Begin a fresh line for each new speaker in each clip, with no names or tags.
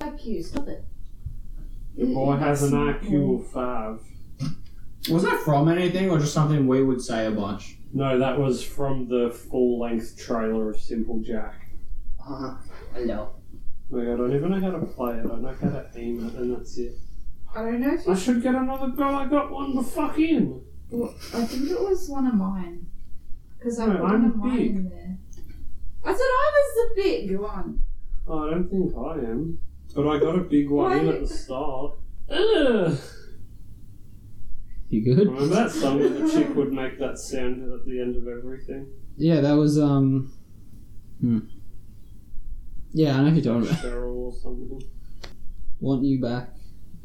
IQ. Stop it.
The boy has an IQ of five.
Was that from anything or just something we would say a bunch?
No, that was from the full length trailer of Simple Jack.
Uh, hello.
Like, I don't even know how to play it. I know how to aim it, and that's it.
I don't know if
I
you
should get another go. I got one. The fuck in.
Well, I think it was one of mine. Because I
No,
put
I'm
one of mine
big.
in there. I thought I was the big one.
Oh, I don't think I am. But I got a big one in at the start. Ugh.
You good?
Remember that song that the chick would make that sound at the end of everything?
Yeah, that was um. Hmm. Yeah, I know who you're talking about.
Cheryl or something.
Want You Back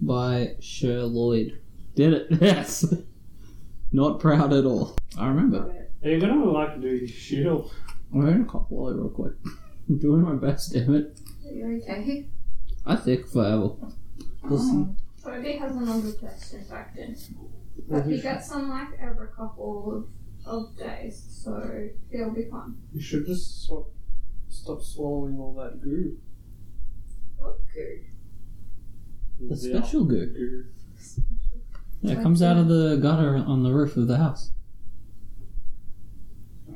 by Sher Lloyd. Did it? Yes. Not proud at all. I remember.
Are you gonna like do your shield?
I'm going to cough while real quick. I'm doing my best, damn it.
You're okay.
I think forever.
Listen.
Toby has an underchest infection. But he gets them like every couple of, of days, so he'll be fine.
You should just sw- stop swallowing all that goo.
Okay.
The special goo.
goo.
Yeah, it comes out of the gutter on the roof of the house.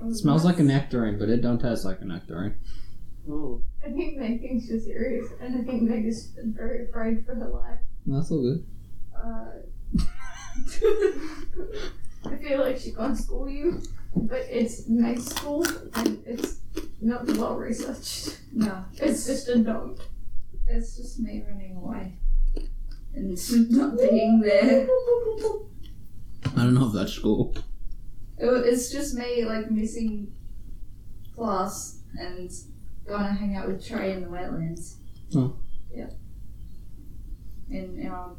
It smells like a nectarine, but it don't taste like a nectarine.
Oh.
I think Meg thinks she's serious, and I think Meg is very afraid for her life.
That's all good.
Uh, I feel like she can't school you, but it's Meg's school, and it's not well researched.
No,
It's just a dog.
it's just me running away. And not being there.
I don't know if that's cool.
It, wa- it's just me, like, missing class and going to hang out with Trey in the wetlands.
Oh.
Yeah. In, our,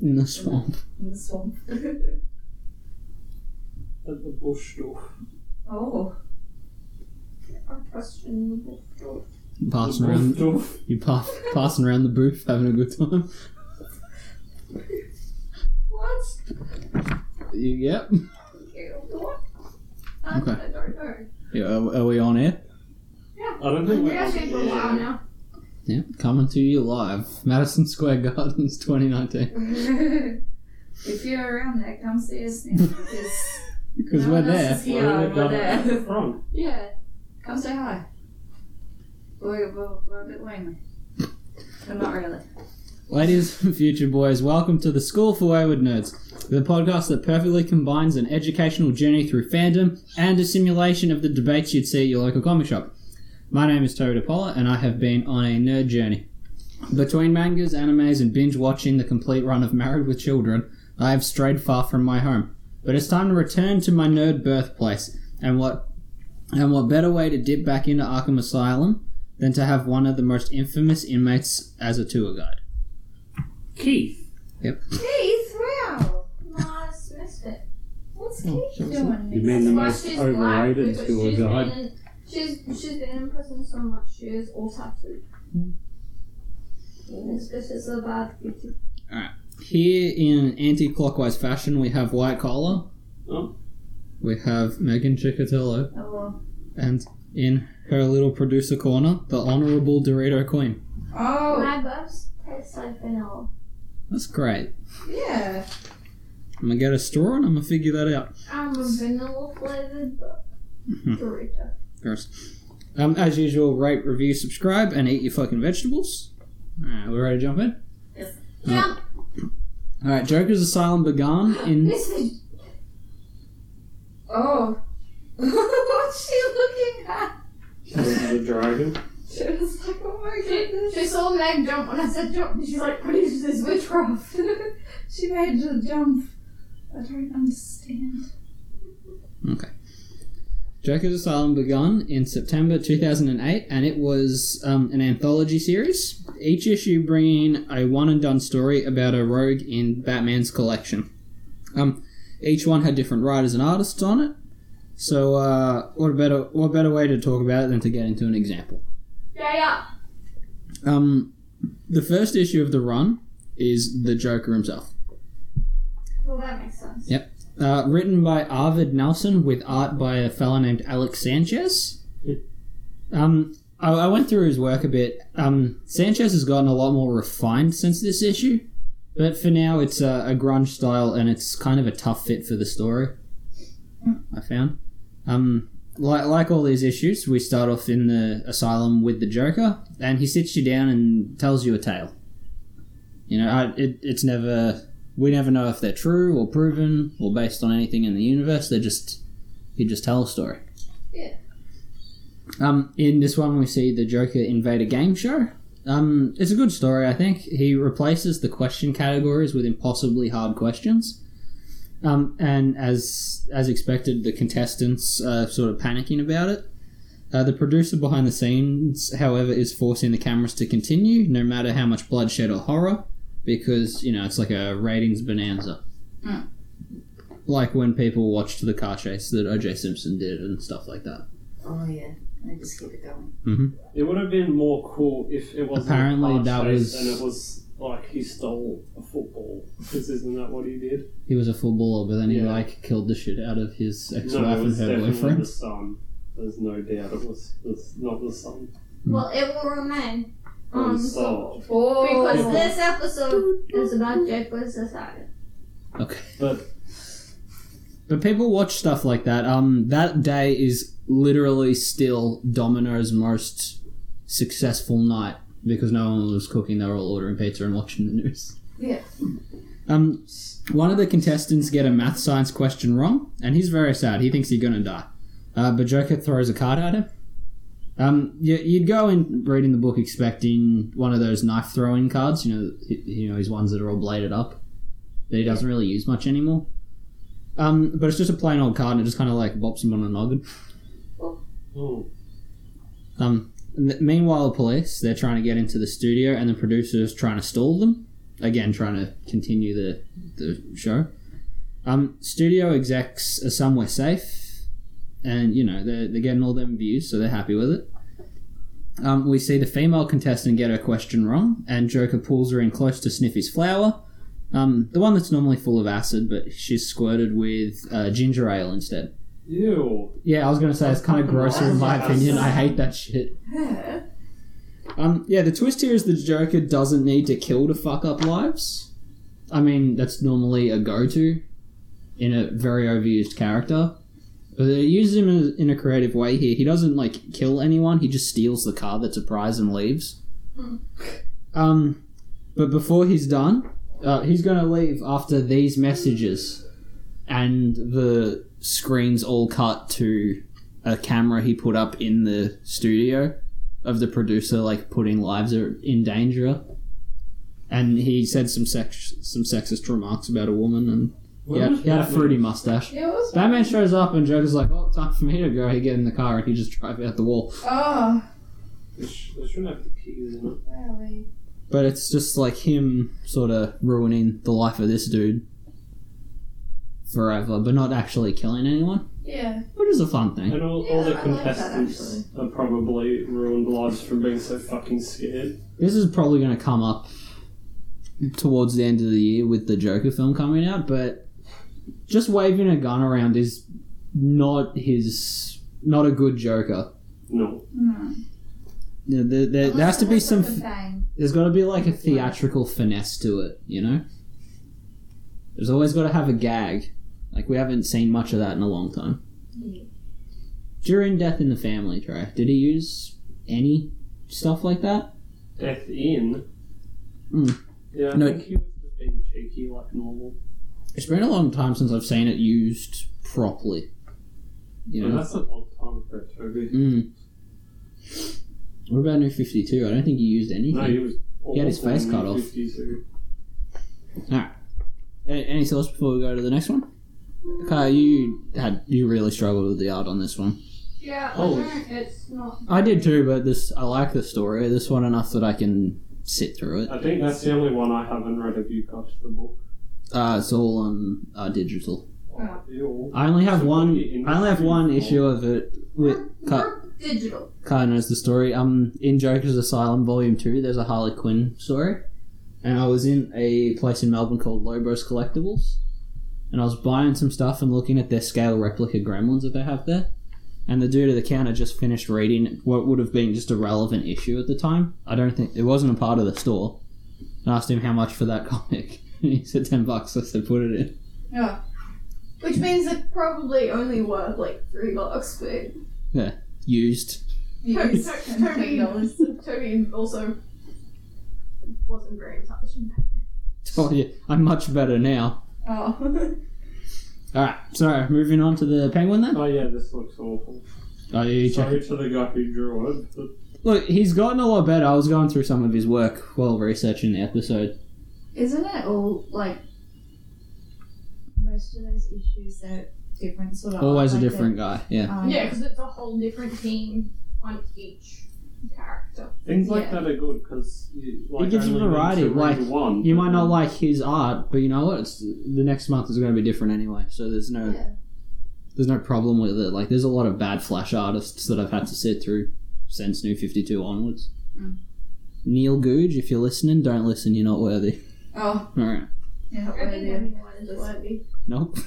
In the swamp.
in the swamp.
At the bush door.
oh.
Unquestionable dog.
Passing
The bush
around,
door.
you pass, passing around the booth, having a good time.
What?
You, yep.
What?
Ah,
I,
Okay.
I don't know.
Yeah, are, are we on air?
I don't think
We've
we're
been actually for a while
yeah.
now.
Yeah, coming to you live, Madison Square Gardens, 2019.
if you're around there, come see us now. Because
Because
no
we're
one else
there.
is here,
Where
we're,
they got it
there.
From.
Yeah.
Come say hi. We're, we're, we're a bit lonely. But not really.
Ladies and future boys, welcome to the School for Wayward Nerds, the podcast that perfectly combines an educational journey through fandom and a simulation of the debates you'd see at your local comic shop. My name is Toby DePola, and I have been on a nerd journey. Between mangas, animes, and binge watching the complete run of Married with Children, I have strayed far from my home. But it's time to return to my nerd birthplace, and what and what better way to dip back into Arkham Asylum than to have one of the most infamous inmates as a tour guide.
Keith.
Keith, wow. Nice misfit. What's Keith doing?
You mean the
Why
most
she's
overrated
black, because
tour
she's
guide?
been in- She's, she's been in prison so much, she is all tattooed.
Mm-hmm.
This, this is a bad beauty.
Here in anti-clockwise fashion, we have white collar.
Oh.
We have Megan Chikatilo,
Oh, well.
and in her little producer corner, the honourable Dorito Queen.
Oh,
My buffs taste like vanilla.
That's great.
yeah.
I'm gonna get a straw and I'm gonna figure that out.
I'm a vanilla flavored buff.
Mm-hmm.
Mhm.
Dorito.
Gross. Um, as usual, rate, review, subscribe, and eat your fucking vegetables. All right, we're ready to jump in. Oh.
Jump!
All right, Joker's Asylum began in.
This is
Oh. What's she looking at?
The dragon.
She was like, oh my
She, she
goodness.
saw Meg jump when I said jump, and she's like, "What is this witchcraft?"
she made the jump. I don't understand.
Joker's Asylum began in September 2008, and it was um, an anthology series, each issue bringing a one and done story about a rogue in Batman's collection. Um, each one had different writers and artists on it, so uh, what better what better way to talk about it than to get into an example?
Yeah, yeah.
Um, the first issue of the run is the Joker himself,
Well, that makes sense.
uh, written by Arvid Nelson with art by a fella named Alex Sanchez. Um, I, I went through his work a bit. Um, Sanchez has gotten a lot more refined since this issue, but for now it's a, a grunge style and it's kind of a tough fit for the story. I found. Um, like, like all these issues, we start off in the asylum with the Joker, and he sits you down and tells you a tale. You know, I, it, it's never. We never know if they're true or proven or based on anything in the universe. They're just. He just tells a story.
Yeah.
Um, in this one, we see the Joker invade a game show. Um, it's a good story, I think. He replaces the question categories with impossibly hard questions. Um, and as as expected, the contestants are sort of panicking about it. Uh, the producer behind the scenes, however, is forcing the cameras to continue, no matter how much bloodshed or horror, because you know it's like a ratings bonanza,
Mm.
like when people watched the car chase that O.J. Simpson did and stuff like that.
Oh yeah.
I just keep it going.
It would have been more cool if it wasn't
Apparently
a car
that
chase
was-
and it was like he stole a football. Because isn't that what he did?
He was a footballer, but then he
Yeah.
like killed the shit out of his ex-wife
No, it
and
was
her
definitely
boyfriend.
the son. There's no doubt it was, was not the son.
Mm-hmm.
Well, it will remain
Oh,
It was
unsolved.
Saul.
Because
Oh.
this episode is about Jekyll Society.
Okay.
But-
But people watch stuff like that. Um, that day is literally still Domino's most successful night because no one was cooking; they were all ordering pizza and watching the news.
Yeah.
Um, one of the contestants get a math science question wrong, and he's very sad. He thinks he's gonna die. Uh, but Joker throws a card at him. Um, you, you'd go in reading the book expecting one of those knife throwing cards. You know, y- you know, his ones that are all bladed up that he doesn't really use much anymore. Um, but it's just a plain old card, and it just kind of like bops him on the noggin.
Oh,
Um, and th- meanwhile, the police they're trying to get into the studio, and the producer's trying to stall them. Again, trying to continue the the show. Um, studio execs are somewhere safe, and you know they're they're getting all them views, so they're happy with it. Um, we see the female contestant get her question wrong, and Joker pulls her in close to sniff his flower. Um, the one that's normally full of acid, but she's squirted with uh, ginger ale instead.
ew.
Yeah, I was gonna say it's kind of grosser in my opinion. I hate that shit. Um, yeah, the twist here is the Joker doesn't need to kill to fuck up lives. I mean, that's normally a go-to in a very overused character. But they use him in a, in a creative way here. He doesn't like kill anyone. He just steals the car that's a prize and leaves.
Hmm.
Um, but before he's done, uh, he's gonna leave after these messages, and the screens all cut to a camera he put up in the studio of the producer like putting lives are in danger and he said some sex some sexist remarks about a woman and he had, he had a fruity mustache
Yeah, it was.
batman shows up and joker's like oh time for me to go he get in the car and he just drive out the wall
Oh,
They sh- they shouldn't have the keys in it.
where are we?
but it's just like him sort of ruining the life of this dude forever but not actually killing anyone
Yeah.
which is a fun thing
And all,
Yeah,
all the
I like that,
contestants are probably ruined lives from being so fucking scared.
this is probably going to come up towards the end of the year with the Joker film coming out, but just waving a gun around is not his, not a good Joker.
No.
Hmm.
You know, There, there, there has to be
Unless it
some.
was like a bang.
There's got to be like a theatrical finesse to it, you know. There's always got to have a gag. Like we haven't seen much of that in a long time.
Yeah.
During Death in the Family, Trey, did he use any stuff like that?
Death in.
Mm.
Yeah, I
No.
think he was just being cheeky like normal.
It's been a long time since I've seen it used properly. You
And
know.
that's a long time for a Toby.
Mm. What about New Fifty Two? I don't think he used anything.
No, he was.
He had his
awful
face
in
cut off.
52.
A- Anything else before we go to the next one? Kyle, you had you really struggled with the art on this one.
Yeah, I
Oh.
don't- it's not.
I did too, but this I like the story. This one enough that I can sit through it.
I think that's the only one I haven't read if you got the book. Oh,
Uh, it's all on uh, digital.
Yeah.
Ew.
I only have
So
one.
the
I only have one
industry-
issue of it. With Kyle,
Not digital.
Kyle knows the story. Um, in Joker's Asylum, Volume Two, there's a Harley Quinn story, and I was in a place in Melbourne called Lobos Collectibles, and I was buying some stuff and looking at their scale replica Gremlins that they have there, and the dude at the counter just finished reading what would have been just a relevant issue at the time. I don't think it wasn't a part of the store. And I asked him how much for that comic. And he said ten bucks. I said put it in.
Which means it probably only worth like three bucks, but
Used.
Toby, Toby, Toby also wasn't very intelligent.
Told you, I'm much better now.
Oh.
All right. So moving on to the penguin then.
Oh yeah, this looks awful.
Oh, you check
Sorry to the guy who drew it. But
Look, he's gotten a lot better. I was going through some of his work while researching the episode.
Isn't it all like most of those issues are different sort of
Always a
like
different guy. Yeah.
um,
Yeah, because it's a whole different team on each character.
things like
Yeah.
that are good because you like
It gives you
only need
variety,
to read
like,
one.
You might
but
not
then-
like his art, but you know what? It's, the next month is going to be different anyway. So there's no
Yeah.
there's no problem with it. Like there's a lot of bad flash artists that I've had to sit through since New Fifty Two onwards.
Mm.
Neil Googe, if you're listening, don't listen. You're not worthy.
Oh,
All right.
yeah, not
I think
really.
everyone is worthy.
Nope.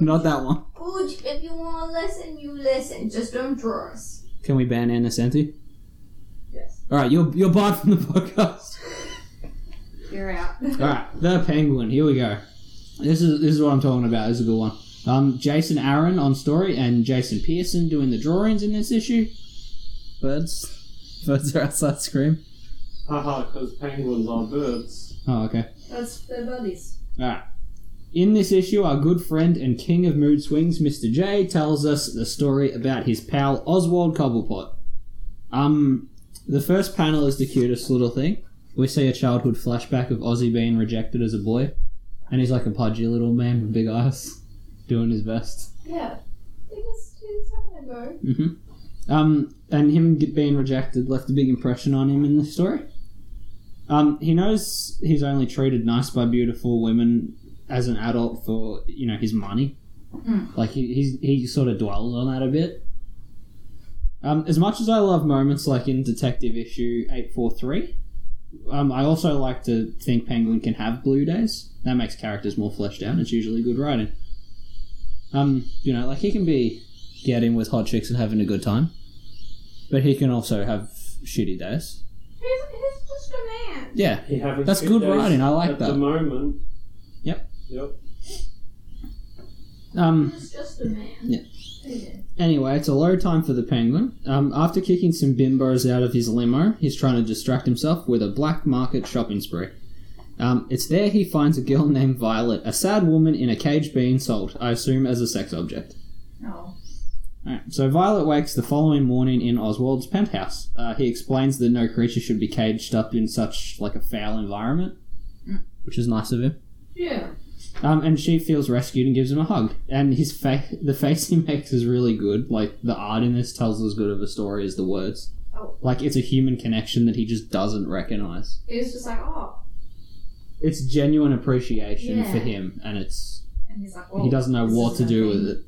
not that one.
Good, if you want to listen, you listen. Just don't draw us.
Can we ban Anna Senti?
Yes.
All right. You're you're barred from the podcast.
You're out.
All right, the penguin. Here we go. This is this is what I'm talking about. This is a good one. Um, Jason Aaron on story and Jason Pearson doing the drawings in this issue. Birds, birds are outside scream.
Haha, because penguins are birds.
Oh, okay.
That's their buddies.
In this issue, our good friend and king of mood swings, Mr. J, tells us the story about his pal Oswald Cobblepot. Um, the first panel is the cutest little thing. We see a childhood flashback of Ozzy being rejected as a boy, and he's like a pudgy little man with big eyes, doing his best.
Yeah. They just, they just having a go.
hmm Um, and him get- being rejected left a big impression on him in the story. Um, he knows he's only treated nice by beautiful women as an adult for you know his money.
Mm.
Like he he's, he sort of dwells on that a bit. Um, as much as I love moments like in Detective Issue eight four three, um, I also like to think Penguin can have blue days. That makes characters more fleshed out. It's usually good writing. Um, you know, like he can be getting with hot chicks and having a good time. But he can also have shitty days.
He's, he's just a man.
Yeah.
He having
That's
good
good
days
writing, I like
at
that.
the moment.
Yep.
Yep.
Um.
He's just a man.
Anyway, it's a low time for the penguin. Um, after kicking some bimbos out of his limo, he's trying to distract himself with a black market shopping spree. Um, it's there he finds a girl named Violet, a sad woman in a cage being sold, I assume as a sex object.
Oh.
Alright, so Violet wakes the following morning in Oswald's penthouse. Uh, he explains that no creature should be caged up in such like a foul environment,
Mm.
which is nice of him.
Yeah.
Um, and she feels rescued and gives him a hug. And his fa- the face he makes is really good. Like the art in this tells as good of a story as the words.
Oh.
Like it's a human connection that he just doesn't recognize.
He was just like, oh.
It's genuine appreciation for
Yeah.
him, and it's
And he's like, "Oh, well,
he doesn't know
this
what
is
to
my
do
thing.
with it.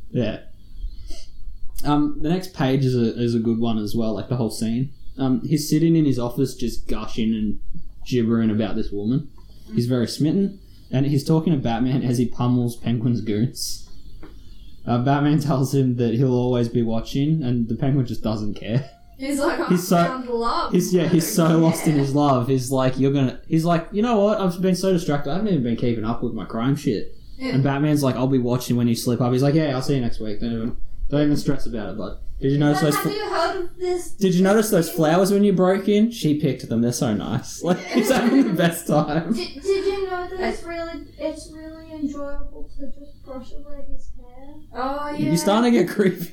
Yeah. Um, the next page is a, is a good one as well, like the whole scene. Um, he's sitting in his office just gushing and gibbering about this woman. He's very smitten, and he's talking to Batman as he pummels Penguin's goons. Uh, Batman tells him that he'll always be watching, and the Penguin just doesn't care.
He's like, I
He's so-
found love.
He's yeah, he's so
Yeah.
lost in his love. He's like, you're gonna. He's like, you know what? I've been so distracted. I haven't even been keeping up with my crime shit.
Yeah.
And Batman's like, I'll be watching when you slip up. He's like, yeah, I'll see you next week. Don't even, don't even stress about it, bud. Did you notice those?
Have
fl-
you heard of this?
Did you notice those flowers when you broke in? She picked them. They're so nice. Like he's having the best time.
Did, did you know that it's really, it's really enjoyable to just brush a lady's hair?
Oh, yeah.
You're starting to get creepy.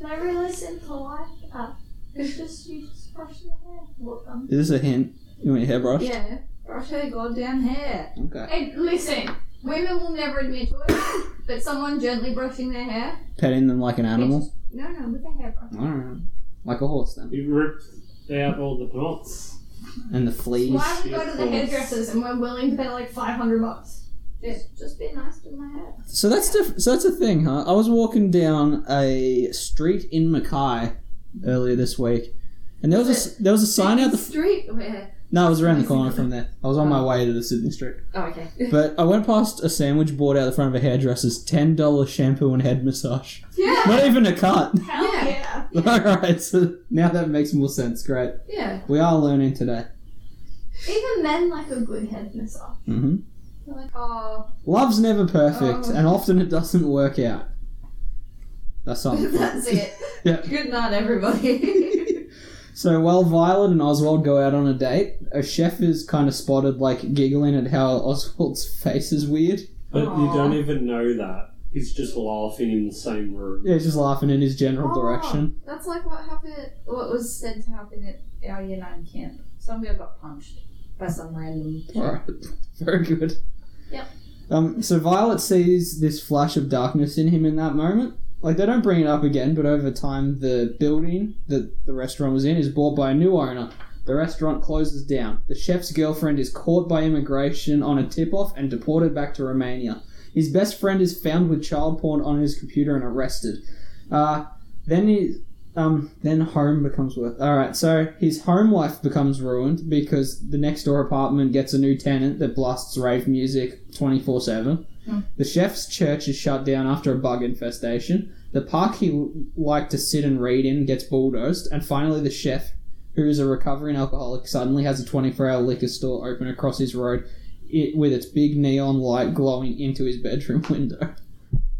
Never listen to life up. It's just you just brush your hair. Look, um,
Is this a hint? You want your hairbrush?
yeah. Brush her goddamn hair.
Okay.
hey, listen. Women will never admit to it, but someone gently brushing their hair.
Petting them like an animal.
No, no, with a hairbrush.
All right. Like a horse then.
He ripped out all the knots.
And the fleas.
Why do we go to the
Beautiful.
hairdressers and we're willing to pay like five hundred bucks? Just, just be nice to my hair.
So that's diff- so that's a thing, huh? I was walking down a street in Mackay earlier this week, and there was a s- there was a sign out the
street where
No, it was around the corner from there. I was on my way to the Sydney Street.
Oh, okay.
But I went past a sandwich board out the front of a hairdresser's $10 shampoo and head massage.
Yeah.
Not even a cut.
Hell
Yeah.
yeah.
Alright, so now that makes more sense. Great.
Yeah.
We are learning today.
Even men like a good head massage.
hmm
They're like,
Oh,
Love's never perfect,
Oh.
and often it doesn't work out. That's something.
that's it.
Yeah.
Good night, everybody.
So while Violet and Oswald go out on a date, a chef is kind of spotted, like giggling at how Oswald's face is weird.
But you
Aw.
don't even know that. He's just laughing in the same room.
Yeah, he's just laughing in his general
Oh.
direction.
that's like what happened. What was said to happen at our year nine camp. Some girl got punched by some random.
Alright, very good.
Yep.
Um, so Violet sees this flash of darkness in him in that moment. Like they don't bring it up again, but over time the building that the restaurant was in is bought by a new owner. The restaurant closes down. The chef's girlfriend is caught by immigration on a tip-off and deported back to Romania. His best friend is found with child porn on his computer and arrested. Uh, then he, um, then home becomes worth. All right, so his home life becomes ruined because the next door apartment gets a new tenant that blasts rave music twenty four seven.
Hmm.
The chef's church is shut down after a bug infestation. The park he l- liked to sit and read in gets bulldozed, and finally the chef, who is a recovering alcoholic, suddenly has a twenty four hour liquor store open across his road. It, with its big neon light glowing into his bedroom window.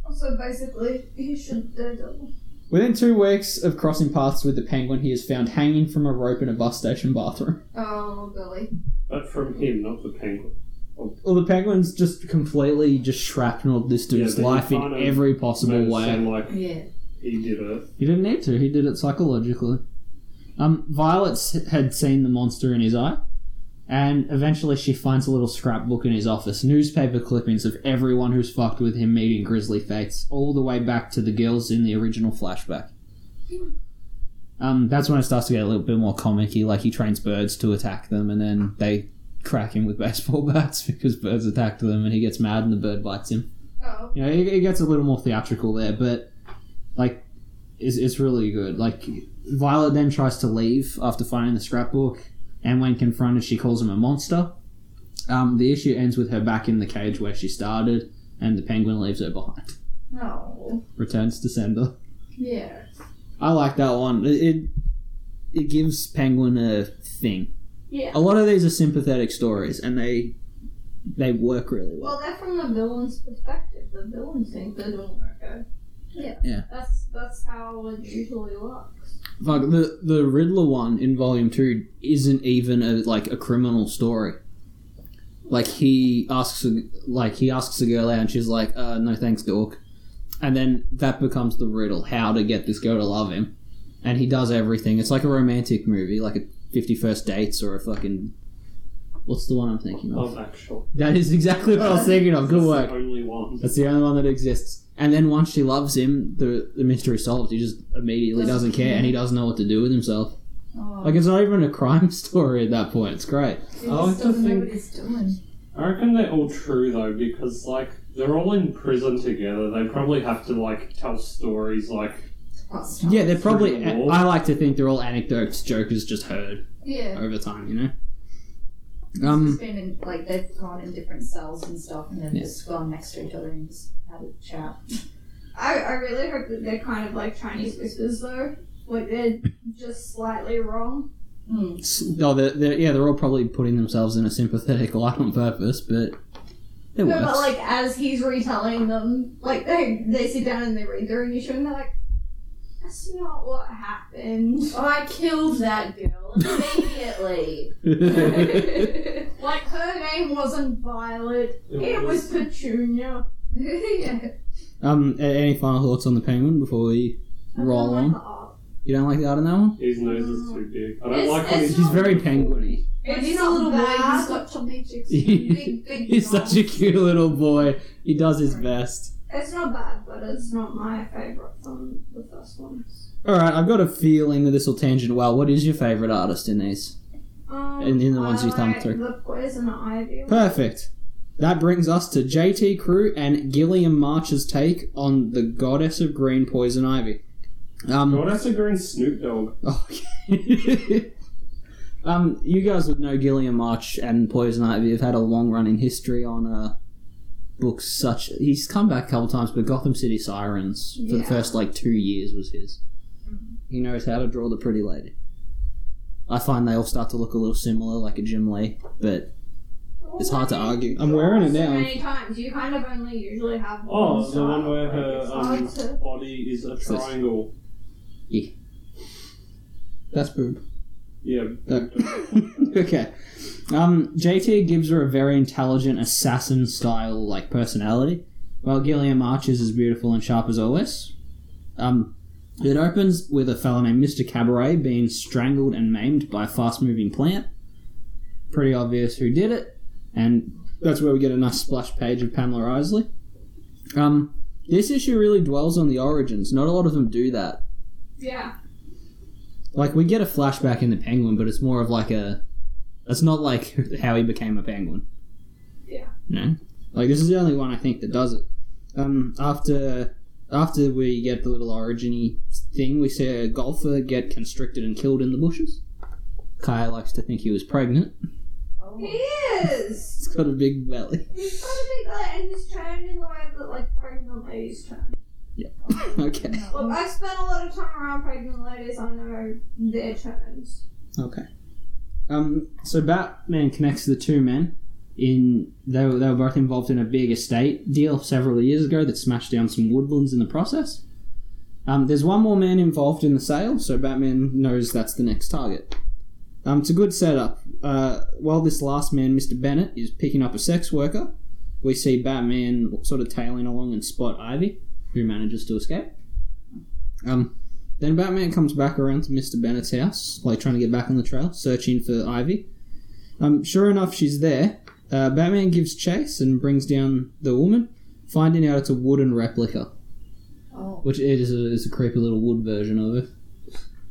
also, basically, he should daredevil.
Within two weeks of crossing paths with the penguin, he is found hanging from a rope in a bus station bathroom.
Oh, golly.
But from him, not the penguin.
Well, the penguin's just completely just shrapnelled this
Yeah,
dude's
but you
life in
can't have
every
Made
possible
it
way.
sound like
Yeah.
he did it.
He didn't need to. He did it psychologically. Um, Violet s- had seen the monster in his eye, and eventually she finds a little scrapbook in his office, newspaper clippings of everyone who's fucked with him meeting grisly fates, all the way back to the girls in the original flashback. Um, that's when it starts to get a little bit more comic-y, like he trains birds to attack them, and then they crack him with baseball bats because birds attack them, and he gets mad and the bird bites him
Oh.
you know, it, it gets a little more theatrical there, but like, it's, it's really good. Like, Violet then tries to leave after finding the scrapbook, and when confronted, she calls him a monster. Um, the issue ends with her back in the cage where she started, and the penguin leaves her behind.
No.
Returns to sender.
Yeah.
I like that one. It it, it gives penguin a thing.
Yeah.
A lot of these are sympathetic stories, and they they work really well.
Well, they're from the villain's perspective. The villain thinks they don't work out. Yeah.
Yeah.
That's that's how it usually works.
Fuck the the Riddler one in Volume Two isn't even a, like a criminal story. Like he asks, a, like he asks a girl out, and she's like, uh, "No thanks, dork," and then that becomes the riddle: how to get this girl to love him. And he does everything. It's like a romantic movie, like a Fifty First Dates or a fucking. What's the one I'm thinking of?
Love Actually.
That is exactly what I was thinking of. Good work.
The only one.
That's the only one that exists. And then once she loves him, the the mystery solves. He just immediately doesn't care, and he doesn't know what to do with himself.
Oh.
Like it's not even a crime story at that point. It's great.
He
Oh, I like
just
to
doesn't know
think-
what he's doing.
I reckon they're all true though, because like they're all in prison together. They probably have to like tell stories like
Yeah, they're probably.
Through the wall.
I like to think they're all anecdotes, jokers just heard
Yeah.
over time. You know.
Um,
Um.
been in, like they've gone in different cells and stuff, and then
Yeah.
just gone next to each other and just had a chat.
I, I really hope that they're kind of like Chinese whispers though. Like they're just slightly wrong.
Mm.
s- No, they're, they're, yeah, they're all probably putting themselves in a sympathetic light on purpose, but it
No,
works.
but like as he's retelling them, like they they sit down and they read their initial and they're like, That's not what happened.
Oh, I killed that girl immediately.
Like her name wasn't Violet.
"Oh,
It was Petunia.
yeah.
um. a- Any final thoughts on the penguin before we
I don't
roll
like
on?
the art.
You don't like the art on that one?
his nose is too big. I don't
Mm. It's-
like when
it's
he's
He's very penguiny.
It's
he's a
not
little boy.
bad.
He's got chubby cheeks.
He-
big, big.
He's such a cute little boy. He does his best.
It's not bad, but it's not my favourite from the first ones.
All right, I've got a feeling that this will tangent well. What is your favorite artist in these?
Um,
And in the
I
ones you thumbed
like
through.
The poison ivy.
Perfect. That brings us to JT Crew and Gilliam March's take on the goddess of green poison ivy. Um,
God, that's a green Snoop Dogg.
oh, Um, you guys would know Gilliam March and Poison Ivy have had a long running history on uh, books such. He's come back a couple times, but Gotham City Sirens for the
Yeah.
first like two years was his. He knows how to draw the pretty lady. I find they all start to look a little similar, like a Jim Lee, but it's hard to argue.
I'm wearing it
So
now.
many times. You kind of only usually have one.
Oh, the one where her
It's hard
um,
to-
body is a triangle.
That's boob.
Yeah.
No.
okay. Um, JT gives her a very intelligent assassin style like personality, while Gilliam Arch is as beautiful and sharp as always. Um, it opens with a fellow named Mr. Cabaret being strangled and maimed by a fast moving plant. Pretty obvious who did it, and that's where we get a nice splash page of Pamela Isley. Um, this issue really dwells on the origins. Not a lot of them do that
Yeah.
like we get a flashback in the penguin but it's more of like a it's not like how he became a penguin
Yeah.
you know like this is the only one i think that does it um after after we get the little originy thing we see a golfer get constricted and killed in the bushes kaya likes to think he was pregnant
Oh.
He is.
he's got a big belly
He's got a big eye and he's turned in the way that like pregnant ladies turn.
okay
Look, I spent a lot of time around pregnant ladies. I know their turns.
okay um so batman connects the two men in they were, they were both involved in a big estate deal several years ago that smashed down some woodlands in the process. Um, there's one more man involved in the sale, so Batman knows that's the next target. Um, it's a good setup. Uh, while this last man, Mr. Bennett, is picking up a sex worker, we see Batman sort of tailing along and spot Ivy, who manages to escape. Um, then Batman comes back around to Mr. Bennett's house, like trying to get back on the trail, searching for Ivy. Um, sure enough, she's there, uh, Batman gives chase and brings down the woman, finding out it's a wooden replica,
Oh.
which it is a, is a creepy little wood version of it.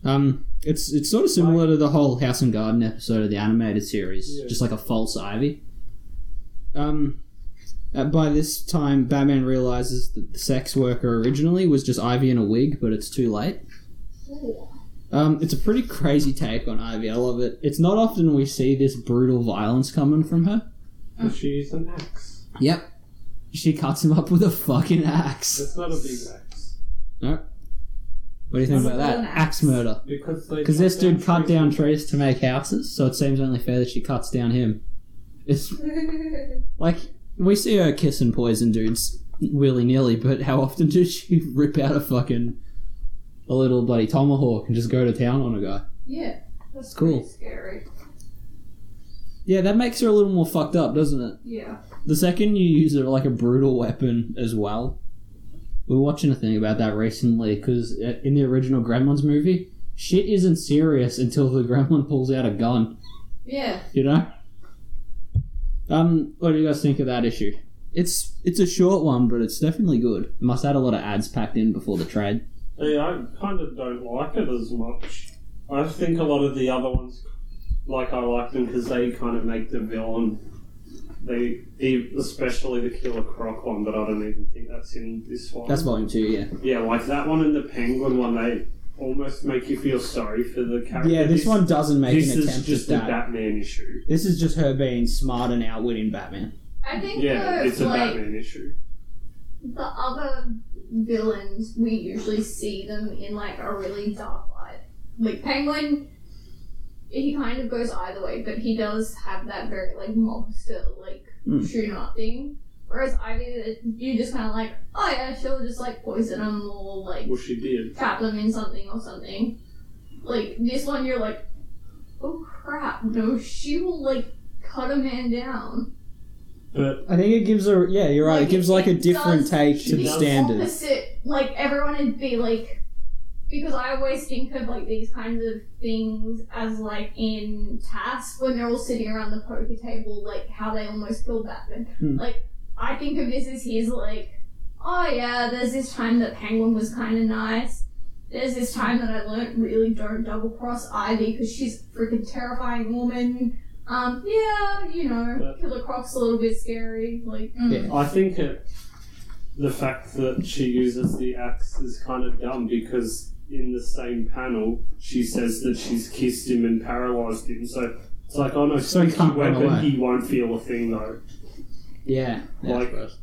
Um, it's it's sort of similar to the whole House and Garden episode of the animated series,
Yeah.
just like a false ivy. Um, uh, by this time, Batman realizes that the sex worker originally was just Ivy in a wig, but it's too late. Um, it's a pretty crazy take on Ivy. I love it. It's not often we see this brutal violence coming from her.
She's an axe.
Yep. She cuts him up with a fucking axe.
It's not a big axe.
What do you think about
Still
that?
an
Axe
axe.
murder.
Because they
Because this
cut down
dude cut
trees
down
with-
trees to make houses, so it seems only fair that she cuts down him. It's like we see her kiss and poison dudes willy nilly, but how often does she rip out a fucking a little bloody tomahawk and just go to town on a guy?
Yeah.
That's
Cool.
pretty Scary.
Yeah, that makes her a little more fucked up, doesn't it?
Yeah.
The second you use it like a brutal weapon as well, we were watching a thing about that recently because in the original Gremlins movie, shit isn't serious until the gremlin pulls out a gun.
Yeah.
You know. Um, what do you guys think of that issue? It's it's a short one, but it's definitely good. Must add a lot of ads packed in before the trade.
Yeah, I uh, kind of don't like it as much. I think a lot of the other ones, like I like them because they kind of make the villain. They, e- especially the Killer Croc one, but I don't even think that's in this one.
That's volume two, yeah.
yeah, like that one and the Penguin one, they almost make you feel sorry for the character.
Yeah, this one doesn't make
This
an
is
attempt
just
at
the
that.
Batman issue.
this is just her being smart and outwitting Batman.
I think
Yeah,
though,
it's a
like
Batman issue.
the other villains, we usually see them in like a really dark light. Like Penguin, he kind of goes either way, but he does have that very like mobster like
Hmm.
shoot 'em up thing. Whereas Ivy, you just kind of like, oh yeah, she'll just like poison them or like
Well, she did.
trap them in something or something. Like this one, you're like, oh crap, no, she will like cut a man down.
But
I think it gives her. Yeah, you're right. It
Like,
gives like a
it
different
does-
take to
she
the
does-
standard.
opposite. Like everyone would be like, because I always think of like these kinds of things as like in tasks when they're all sitting around the poker table, like how they almost killed Batman.
Hmm.
Like I think of this as his like, oh yeah, there's this time that Penguin was kind of nice. There's this time that I learnt really don't double cross Ivy because she's a freaking terrifying woman. Um, yeah, you know,
But-
Killer Croc's a little bit scary. Like,
Mm.
Yeah.
I think it, the fact that she uses the axe is kind of dumb because in the same panel, she says that she's kissed him and paralyzed him. So it's like, oh no,
So he
sticky
can't run
weapon,
away.
he won't feel a thing though.
Yeah. yeah, I
Like-
suppose.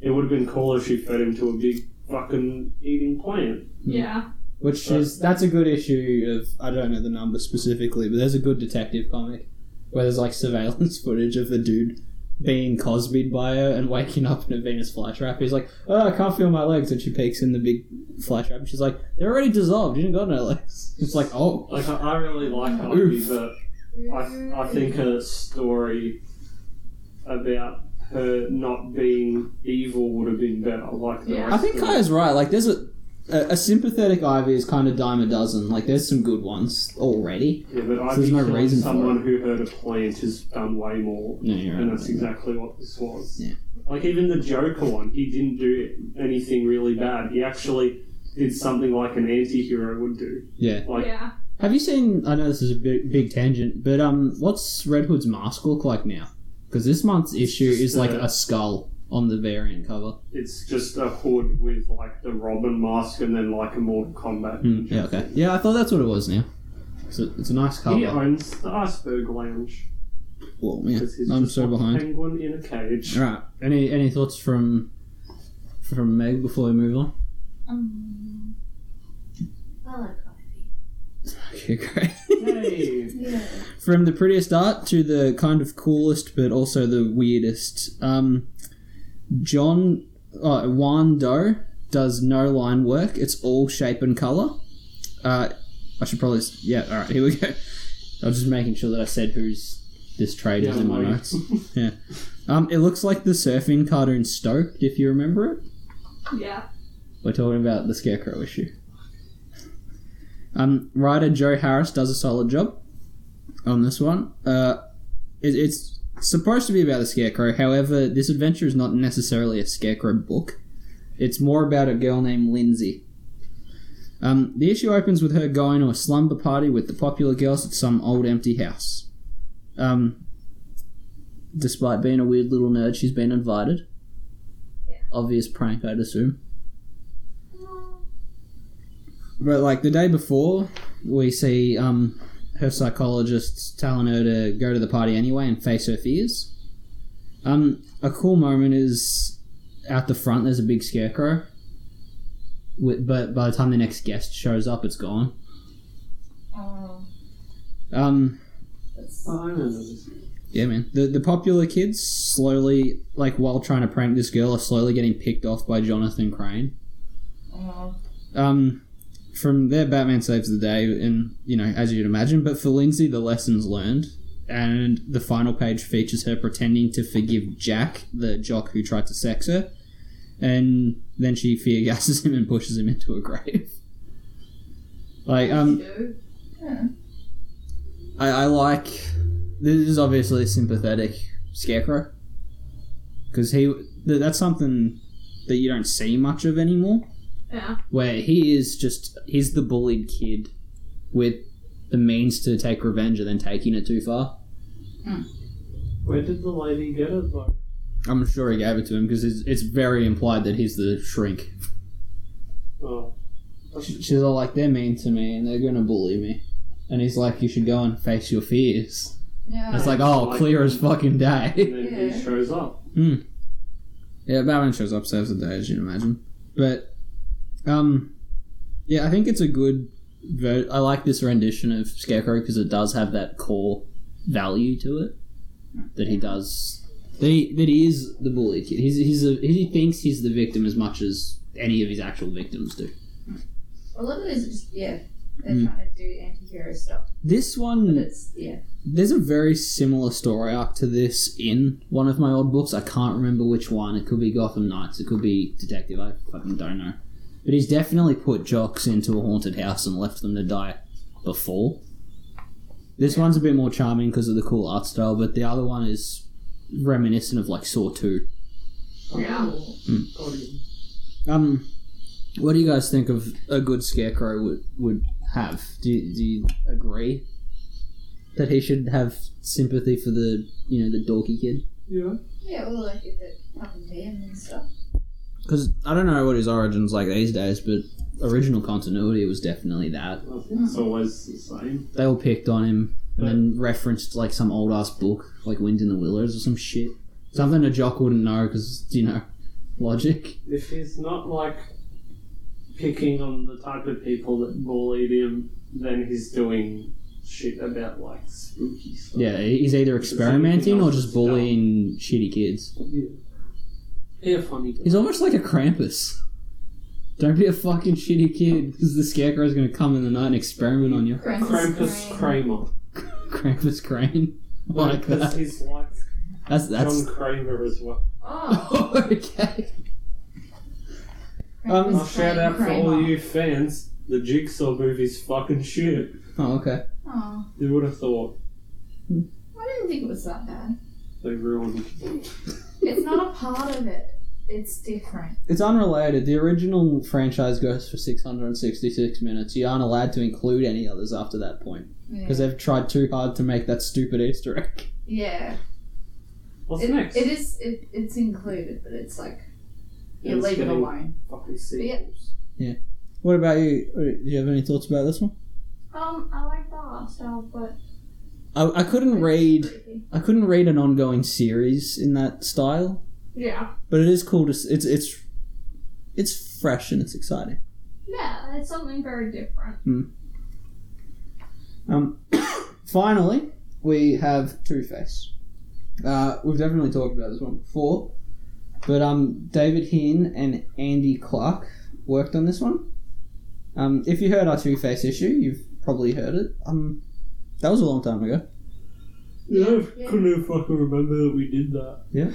It would have been cooler if she fed him to a big fucking eating plant.
Hmm.
Yeah.
uh,
Which is that's a good issue of I don't know the number specifically, but there's a good detective comic where there's like surveillance footage of the dude being Cosby'd by her and waking up in a Venus flytrap. He's like, Oh, I can't feel my legs and she peeks in the big flytrap and she's like, They're already dissolved, you didn't got no legs. It's like, oh
Like I, I really like Harvey,
Oof.
but I, I think a story about her not being evil would have been better. Like the
Yeah.
rest
I think
of it.
Kaya's right, like there's a a, a sympathetic Ivy is kind of dime a dozen. Like, there's some good ones already.
Yeah, but I
there's
think
no reason for
someone who hurt a plant has done way more,
No, you're
and that's
right.
exactly what this was.
Yeah.
Like even the Joker one, he didn't do anything really bad. He actually did something like an anti-hero would do.
Yeah.
Like
yeah.
Have you seen? I know this is a big, big tangent, but um, what's Red Hood's mask look like now? Because this month's issue
just
is like
the-
a skull on the variant cover.
it's just a hood with like the Robin mask and then like a Mortal Kombat.
Hmm, yeah, okay. Yeah, I thought that's what it was now. It's a, it's a nice cover.
He owns the Iceberg Lounge.
Well, yeah,
'cause he's
I'm
just
so
a
behind.
Penguin in a cage.
All right. Any any thoughts from from Meg before we move on?
Um, I like coffee.
Okay, great.
Hey,
Yeah.
from the prettiest art to the kind of coolest but also the weirdest. Um, John uh, Juan Doe does no line work. It's all shape and color. Uh, I should probably s- yeah. All right, here we go. I was just making sure that I said who's this trade is
Yeah,
in my
Mike.
notes. Yeah. Um, it looks like the surfing cartoon Stoked, if you remember it.
Yeah.
We're talking about the Scarecrow issue. Um, writer Joe Harris does a solid job on this one. Uh, it, it's supposed to be about the Scarecrow, however, this adventure is not necessarily a Scarecrow book. It's more about a girl named Lindsay. Um, the issue opens with her going to a slumber party with the popular girls at some old empty house. Um, despite being a weird little nerd, she's been invited.
Yeah.
Obvious prank, I'd assume. But like the day before, we see um, her psychologist telling her to go to the party anyway and face her fears. Um, a cool moment is out the front. There's a big scarecrow. Wi- But by the time the next guest shows up, it's gone.
Oh,
Um,
that's
I know this.
Yeah, man. The the popular kids slowly, like while trying to prank this girl, are slowly getting picked off by Jonathan Crane.
oh,
Um, from there, Batman saves the day, and you know, as you'd imagine. But for Lindsay, the lessons learned, and the final page features her pretending to forgive Jack, the jock who tried to sex her, and then she fear gases him and pushes him into a grave. Like, um,
Do.
yeah.
I, I like. This is obviously a sympathetic scarecrow because he th- that's something that you don't see much of anymore.
Yeah.
Where he is just he's the bullied kid with the means to take revenge and then taking it too far.
Where did the lady get it though?
I'm sure he gave it to him because it's, it's very implied that he's the shrink.
Oh,
She's all like, "They're mean to me and they're gonna bully me," and he's like, "You should go and face your fears."
Yeah.
And it's like, "Oh, clear as fucking day."
and then
Yeah.
he shows up.
Yeah, Batman shows up, saves the day, as you'd imagine. But, um, yeah, I think it's a good. Ver- I like this rendition of Scarecrow because it does have that core value to it. That he does. That he, that he is the bully kid. He's, he's a, he thinks he's the victim as much as any of his actual victims do.
A lot of these are just yeah. They're
Hmm.
Mm.
trying to do anti-hero stuff,
This
but
one,
it's yeah.
there's a very similar story arc to this in one of my old books. I can't remember which one. It could be Gotham Knights. It could be Detective. I fucking don't know. But he's definitely put jocks into a haunted house and left them to die before. This one's a bit more charming because of the cool art style, but the other one is reminiscent of like Saw 2.
Yeah.
Got him.
Um, what do you guys think of a good scarecrow would, would have? Do you, do you agree that he should have sympathy for the you know the dorky kid?
Yeah.
Yeah, well, like if it happened to him and stuff.
Because I don't know what his origin's like these days, but original continuity, it was definitely that.
I think it's always the same.
They all picked on him and then referenced like some old ass book, like Wind in the Willows or some shit. Something a jock wouldn't know because, you know, logic.
If he's not like picking on the type of people that bullied him, then he's doing shit about like spooky stuff.
Yeah, he's either experimenting or just bullying shitty kids.
Yeah, funny. guy.
He's almost like a Krampus. Don't be a fucking shitty kid because the scarecrow's gonna come in the night and experiment on you.
Krampus,
Krampus
Crane.
Kramer.
Krampus Crane. I Like
Because
that.
he's like
That's that's.
John Kramer as well.
Oh,
okay. Um,
Krampus,
I'll shout
Crane,
out for all
Kramer.
you fans. The Jigsaw movie's fucking shit.
Oh, okay.
Oh,
Who would have thought
I didn't think it was that bad.
they ruined
It's not a part of it. It's different.
It's unrelated. The original franchise goes for 666 minutes. You aren't allowed to include any others after that point
Yeah.
because they've tried too hard to make that stupid Easter egg.
yeah.
What's
It,
next?
it is. It, it's included, but it's like
Yeah,
you
it's
leave it
getting
alone.
Fucking
Yeah.
sequels.
What about you? Do you have any thoughts about this one?
Um, I like the art style, but
I, I couldn't
it's
read.
creepy.
I couldn't read an ongoing series in that style,
Yeah,
but it is cool to. s- It's it's it's fresh and it's exciting.
yeah, it's something very different.
Um, finally, we have Two Face. Uh, we've definitely talked about this one before, but um, David Hinn and Andy Clark worked on this one. Um, if you heard our Two Face issue, you've probably heard it. Um, that was a long time ago.
Yeah,
Yeah.
couldn't even fucking remember that we did that.
It,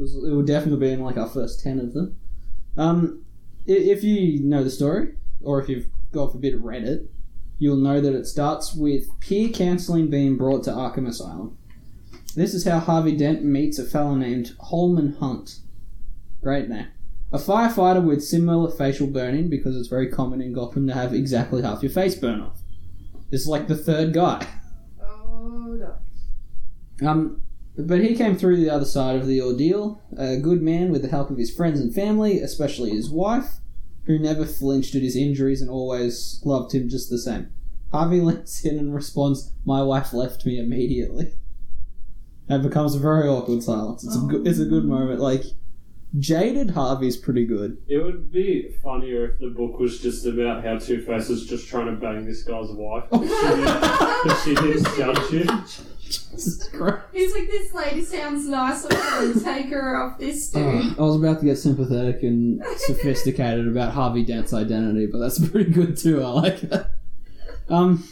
was, it would definitely be in like our first ten of them. Um, i- if you know the story, or if you've God forbid read it, you'll know that it starts with peer counseling being brought to Arkham Asylum. This is how Harvey Dent meets a fellow named Holman Hunt. Great name. A firefighter with similar facial burning because it's very common in Gotham to have exactly half your face burn off. This is like the third guy.
Oh god.
Um, but he came through the other side of the ordeal, a good man with the help of his friends and family, especially his wife, who never flinched at his injuries and always loved him just the same. Harvey leans in and responds, "My wife left me immediately." That becomes a very awkward silence. It's a good, it's a good moment. Like jaded Harvey's pretty good.
It would be funnier if the book was just about how Two Face is just trying to bang this guy's wife. Because she didn't judge him.
Jesus Christ.
He's like, this lady sounds nice. I'm gonna take her off this dude.
Uh-huh.
Oh, I was about to get sympathetic and sophisticated about Harvey Dent's identity, but that's pretty good too. I like that. Um,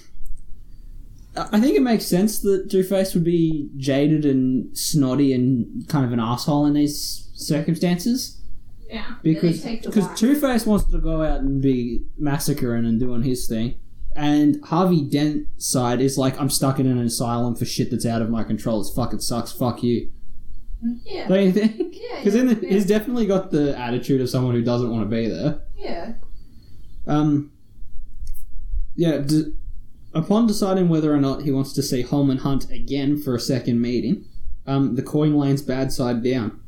I I think it makes sense that Two Face would be jaded and snotty and kind of an asshole in these circumstances
Yeah,
because
take the
because
wife.
Two Face wants to go out and be massacring and doing his thing, and Harvey Dent's side is like, I'm stuck in an asylum for shit that's out of my control. It's fucking sucks. Fuck you.
Yeah.
Don't you think?
Yeah.
Because
yeah,
then
yeah,
he's definitely got the attitude of someone who doesn't want to be there.
yeah.
Um, yeah. D- upon deciding whether or not he wants to see Holman Hunt again for a second meeting, um, the coin lands bad side down.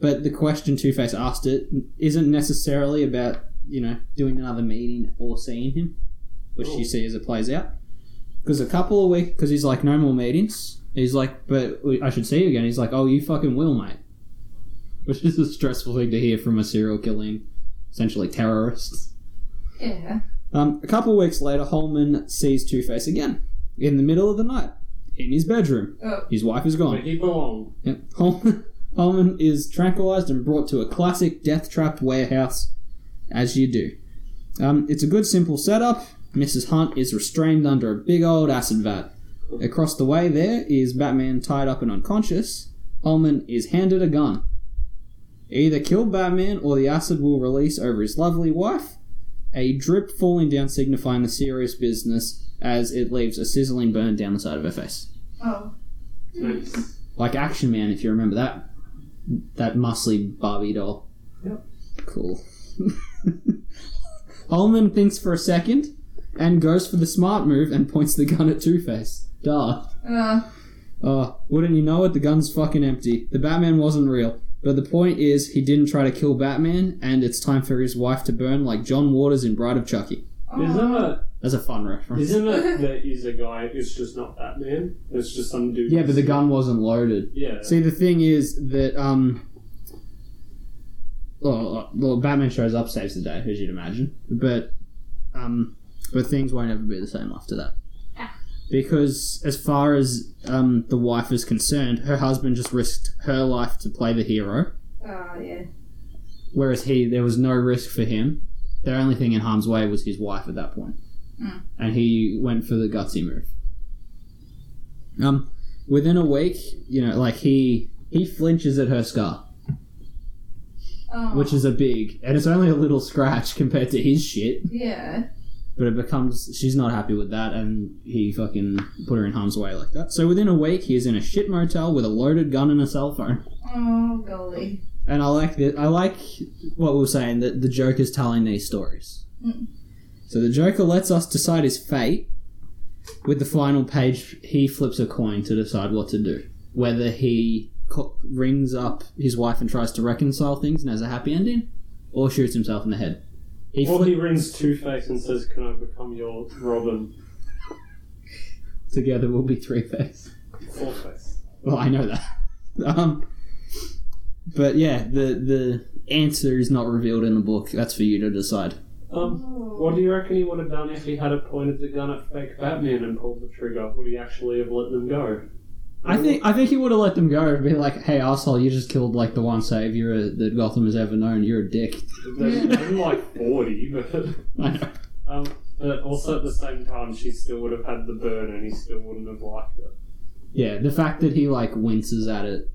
But the question Two Face asked it isn't necessarily about you know doing another meeting or seeing him, which
Cool.
you see as it plays out. Because a couple of weeks, because he's like no more meetings. He's like, but we- I should see you again. He's like, oh, you fucking will, mate. Which is a stressful thing to hear from a serial killing, essentially terrorist.
Yeah.
Um, a couple weeks later, Holman sees Two Face again in the middle of the night in his bedroom.
Oh.
His wife is
Where
gone.
he belonged.
Yep. Holman, Holman is tranquilized and brought to a classic death trapped warehouse, as you do. Um, it's a good, simple setup. Mrs. Hunt is restrained under a big old acid vat. Across the way, there is Batman tied up and unconscious. Holman is handed a gun. Either kill Batman or the acid will release over his lovely wife, a drip falling down signifying the serious business as it leaves a sizzling burn down the side of her face.
Oh.
Nice.
Like Action Man, if you remember that. That muscly Barbie doll.
Yep.
Cool. Holman thinks for a second and goes for the smart move and points the gun at Two Face. Duh. Uh,
Uh,
Oh, wouldn't you know it? The gun's fucking empty. The Batman wasn't real. But the point is, he didn't try to kill Batman, and it's time for his wife to burn like John Waters in Bride of Chucky.
Isn't it?
That's a fun reference.
Isn't it? There is a guy. It's just not Batman. It's just some dude.
Yeah, but the gun wasn't loaded.
Yeah.
See, the thing is that um, well, uh, well, Batman shows up, saves the day, as you'd imagine, but um, but things won't ever be the same after that.
Ah.
Because as far as um, the wife is concerned, her husband just risked her life to play the hero,
Oh, yeah.
whereas he there was no risk for him. The only thing in harm's way was his wife at that point,
Hmm.
and he went for the gutsy move. Um, within a week, you know, like he he flinches at her scar.
Oh,
which is a big, and it's only a little scratch compared to his shit.
Yeah.
But it becomes she's not happy with that, and he fucking put her in harm's way like that. So within a week, he is in a shit motel with a loaded gun and a cell phone.
Oh, golly.
And I like that. I like what we were saying that the Joker's telling these stories.
Mm.
So the Joker lets us decide his fate. With the final page, he flips a coin to decide what to do. Whether he co- rings up his wife and tries to reconcile things and has a happy ending, or shoots himself in the head. He
or
flipped
he rings Two Face and says, "Can I become your Robin?"
together will be three face.
Four Face.
Well, I know that. Um, but yeah, the the answer is not revealed in the book. That's for you to decide.
Um,
Oh.
what do you reckon he would have done if he had have pointed the gun at fake Batman and pulled the trigger? Would he actually have let them go?
I think I think he would have let them go and be like, "Hey, asshole, you just killed like the one savior uh, that Gotham has ever known. You're a dick."
They've been like forty, but
I know.
um, but also at the same time, she still would have had the burn, and he still wouldn't have liked it.
Yeah, the fact that he like winces at it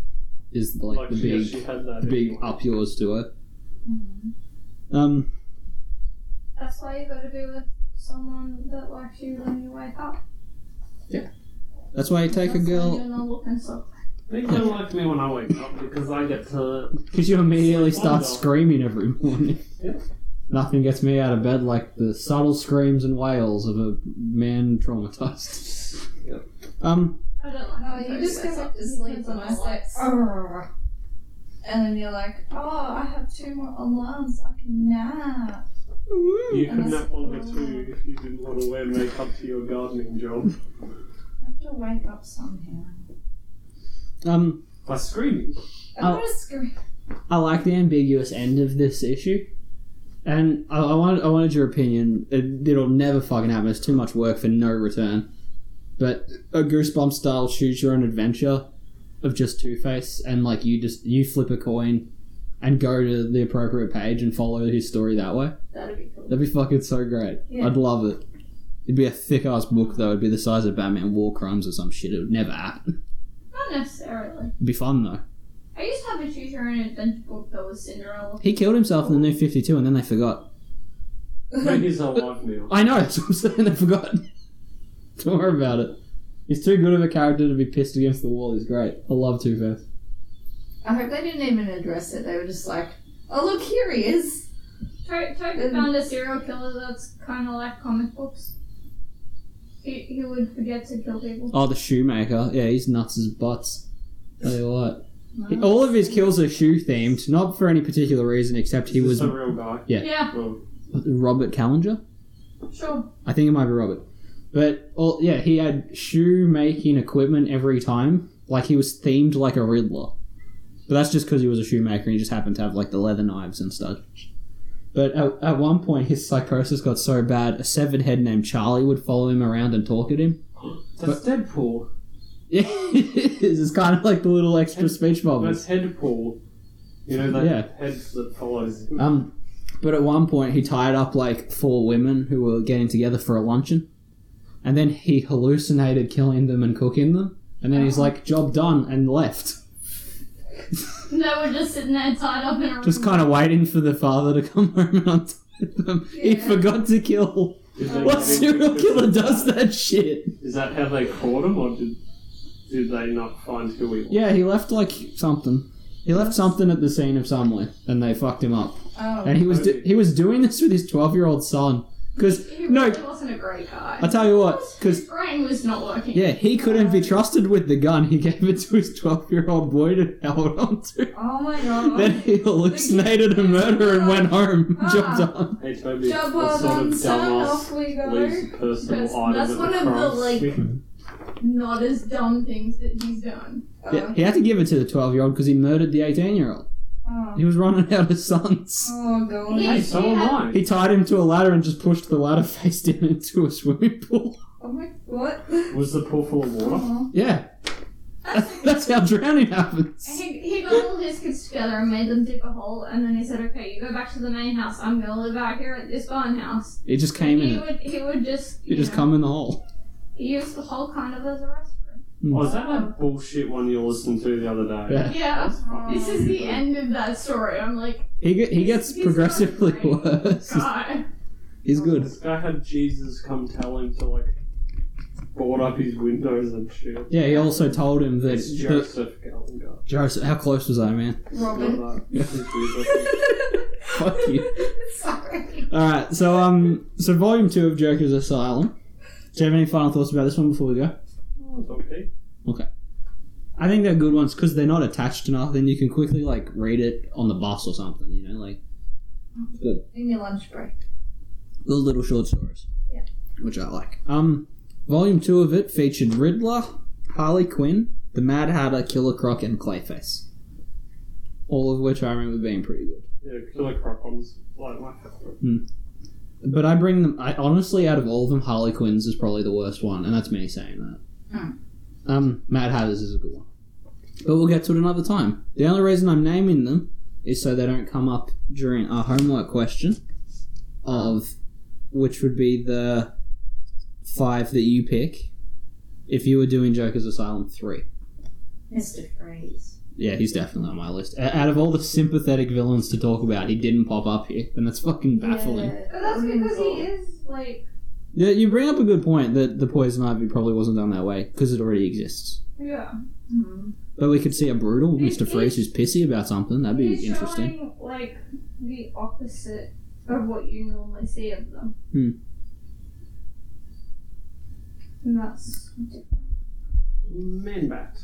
is like,
Like
the
she,
big
she had that
the big
anyway.
up yours to it.
Hmm.
Mm-hmm.
Um,
That's why you gotta be with someone that likes you when you wake up.
that's why you take a
That's why
girl
You're not looking so
They don't like me when I wake up because I get to.
because you immediately
It's like
start
Wonder.
screaming every morning.
Yeah.
Nothing gets me out of bed like the subtle screams and wails of a man traumatized.
Yeah.
Um,
I don't like
Oh,
when
you
folks
just
wake
go
up
up to sleep
because
and
of
I say,
lights.
"Arr." and then you're like, oh, I have two more alarms. I can nap.
You could
Unless-
nap longer too if you didn't want to wear makeup to your gardening job.
I have to wake up somehow.
Um,
By screaming.
I'm
Oh.
gonna scream.
I like the ambiguous end of this issue, and I, I wanted I wanted your opinion. It, it'll never fucking happen. It's too much work for no return. But a goosebump style choose your own adventure of just Two Face, and like you just you flip a coin and go to the appropriate page and follow his story that way.
That'd be cool.
That'd be fucking so great.
Yeah.
I'd love it. It'd be a thick ass book though. It'd be the size of Batman War Crimes or some shit. It would never happen.
Not necessarily.
It'd be fun though.
I used to have a choose your own adventure book that was Cinderella.
He killed himself in the New Fifty Two, and then they forgot.
Maybe he's alive now.
I know, that's what I'm saying, I forgot. Don't worry about it. He's too good of a character to be pissed against the wall, he's great. I love Two Face.
I hope they didn't even address it. They were just like, oh, look, here he is.
Toad Toad
Mm.
found a serial killer that's kind of like comic books. He, he would forget to kill people.
Oh, the shoemaker. Yeah, he's nuts as butts. Tell you what. He- All of his kills are shoe themed, not for any particular reason except he
Is
was
this a real guy.
Yeah.
Yeah,
Well,
Robert Callinger?
sure.
I think it might be Robert. But all, yeah, he had shoemaking equipment every time. Like he was themed like a Riddler. But that's just because he was a shoemaker and he just happened to have like the leather knives and stuff. But at, at one point, his psychosis got so bad, a severed head named Charlie would follow him around and talk at him.
that's Deadpool.
Yeah, it's kind of like the little extra speech bubbles.
That's Headpool. You know that
Oh. Yeah.
head that follows him.
Um, but at one point, he tied up like four women who were getting together for a luncheon, and then he hallucinated killing them and cooking them, and then he's like, "Job done," and left,
They were just sitting there tied up in a
just kind of waiting for the father to come home and untie them. He
Yeah.
forgot to kill.
Is they-
What serial killer does that shit?
Is that how they caught him, or did did they not find who he was?
Yeah, he left like something. He left something at the scene of somewhere, and they fucked him up.
Oh.
And he was do- he was doing this with his twelve year old son, Because
He
No.
really wasn't a great guy.
I tell you what, because
his brain was not working.
yeah, he couldn't be trusted with the gun. He gave it to his twelve-year-old boy to hold on to.
Oh my god.
Then he hallucinated a murder and went home.
Ah.
Jumped on.
Hey Toby,
Job
what
well
sort of
done, son. Off
dumbass
we go.
leaves a personal
That's-
item
that's
at
one
the
of the,
cross?
like- Not as dumb things that he's done.
Yeah, he had to give it to the twelve-year-old because he murdered the eighteen-year-old.
Oh,
He was running out of sons.
oh god.
Yeah.
hey, so am I.
He tied him to a ladder and just pushed the ladder face down into a swimming pool.
Oh my what?
Was the pool full of water?
Oh,
Yeah,
That's-
that's how drowning happens.
He, he got all his kids together and made them dig a hole, and then he said, "Okay, you go back to the main house. I'm gonna live out here at this barnhouse."
He just came in
He
it.
would he would just
He
you
just
know,
come in the hole.
He used the whole kind of as a restroom.
Was Oh, that that bullshit one you listened to the other day?
Yeah.
Yeah.
That's fucking
This is the
stupid.
end of that story. I'm like,
He get, he gets
He's- he's
progressively
not great.
worse.
God.
He's good.
This guy had Jesus come tell him to like board up his windows and shit.
Yeah, he also told him that
It's
that-
Joseph Gallagher.
Joseph. How close was I, man?
Robin.
Not that.
Fuck you.
Sorry.
All right. So um, so volume two of Joker's Asylum. Do you have any final thoughts about this one before we go?
Oh, it's okay.
I think they're good ones because they're not attached enough, and you can quickly like read it on the bus or something. You know, like
In your lunch break.
the little short stories.
Yeah.
Which I like. Um, volume two of it featured Riddler, Harley Quinn, the Mad Hatter, Killer Croc, and Clayface. All of which I remember being pretty good.
Yeah, Killer Croc was like my favorite.
But I bring them. I honestly, out of all of them, Harley Quinn's is probably the worst one, and that's me saying that.
Hmm.
Um, Mad Hatters is a good one, but we'll get to it another time. The only reason I'm naming them is so they don't come up during our homework question, of which would be the five that you pick if you were doing Joker's Asylum three.
Mr. Freeze.
Yeah, he's definitely on my list. O- Out of all the sympathetic villains to talk about, he didn't pop up here, and that's fucking baffling.
But that's because he is like.
Yeah, you bring up a good point that the poison ivy probably wasn't done that way because it already exists.
Yeah.
Hmm.
But we could see a brutal
It-
Mister Freeze who's pissy about something. That'd be
He's
interesting.
showing like the opposite of what you normally see of them.
Hmm.
And that's
Man Bat,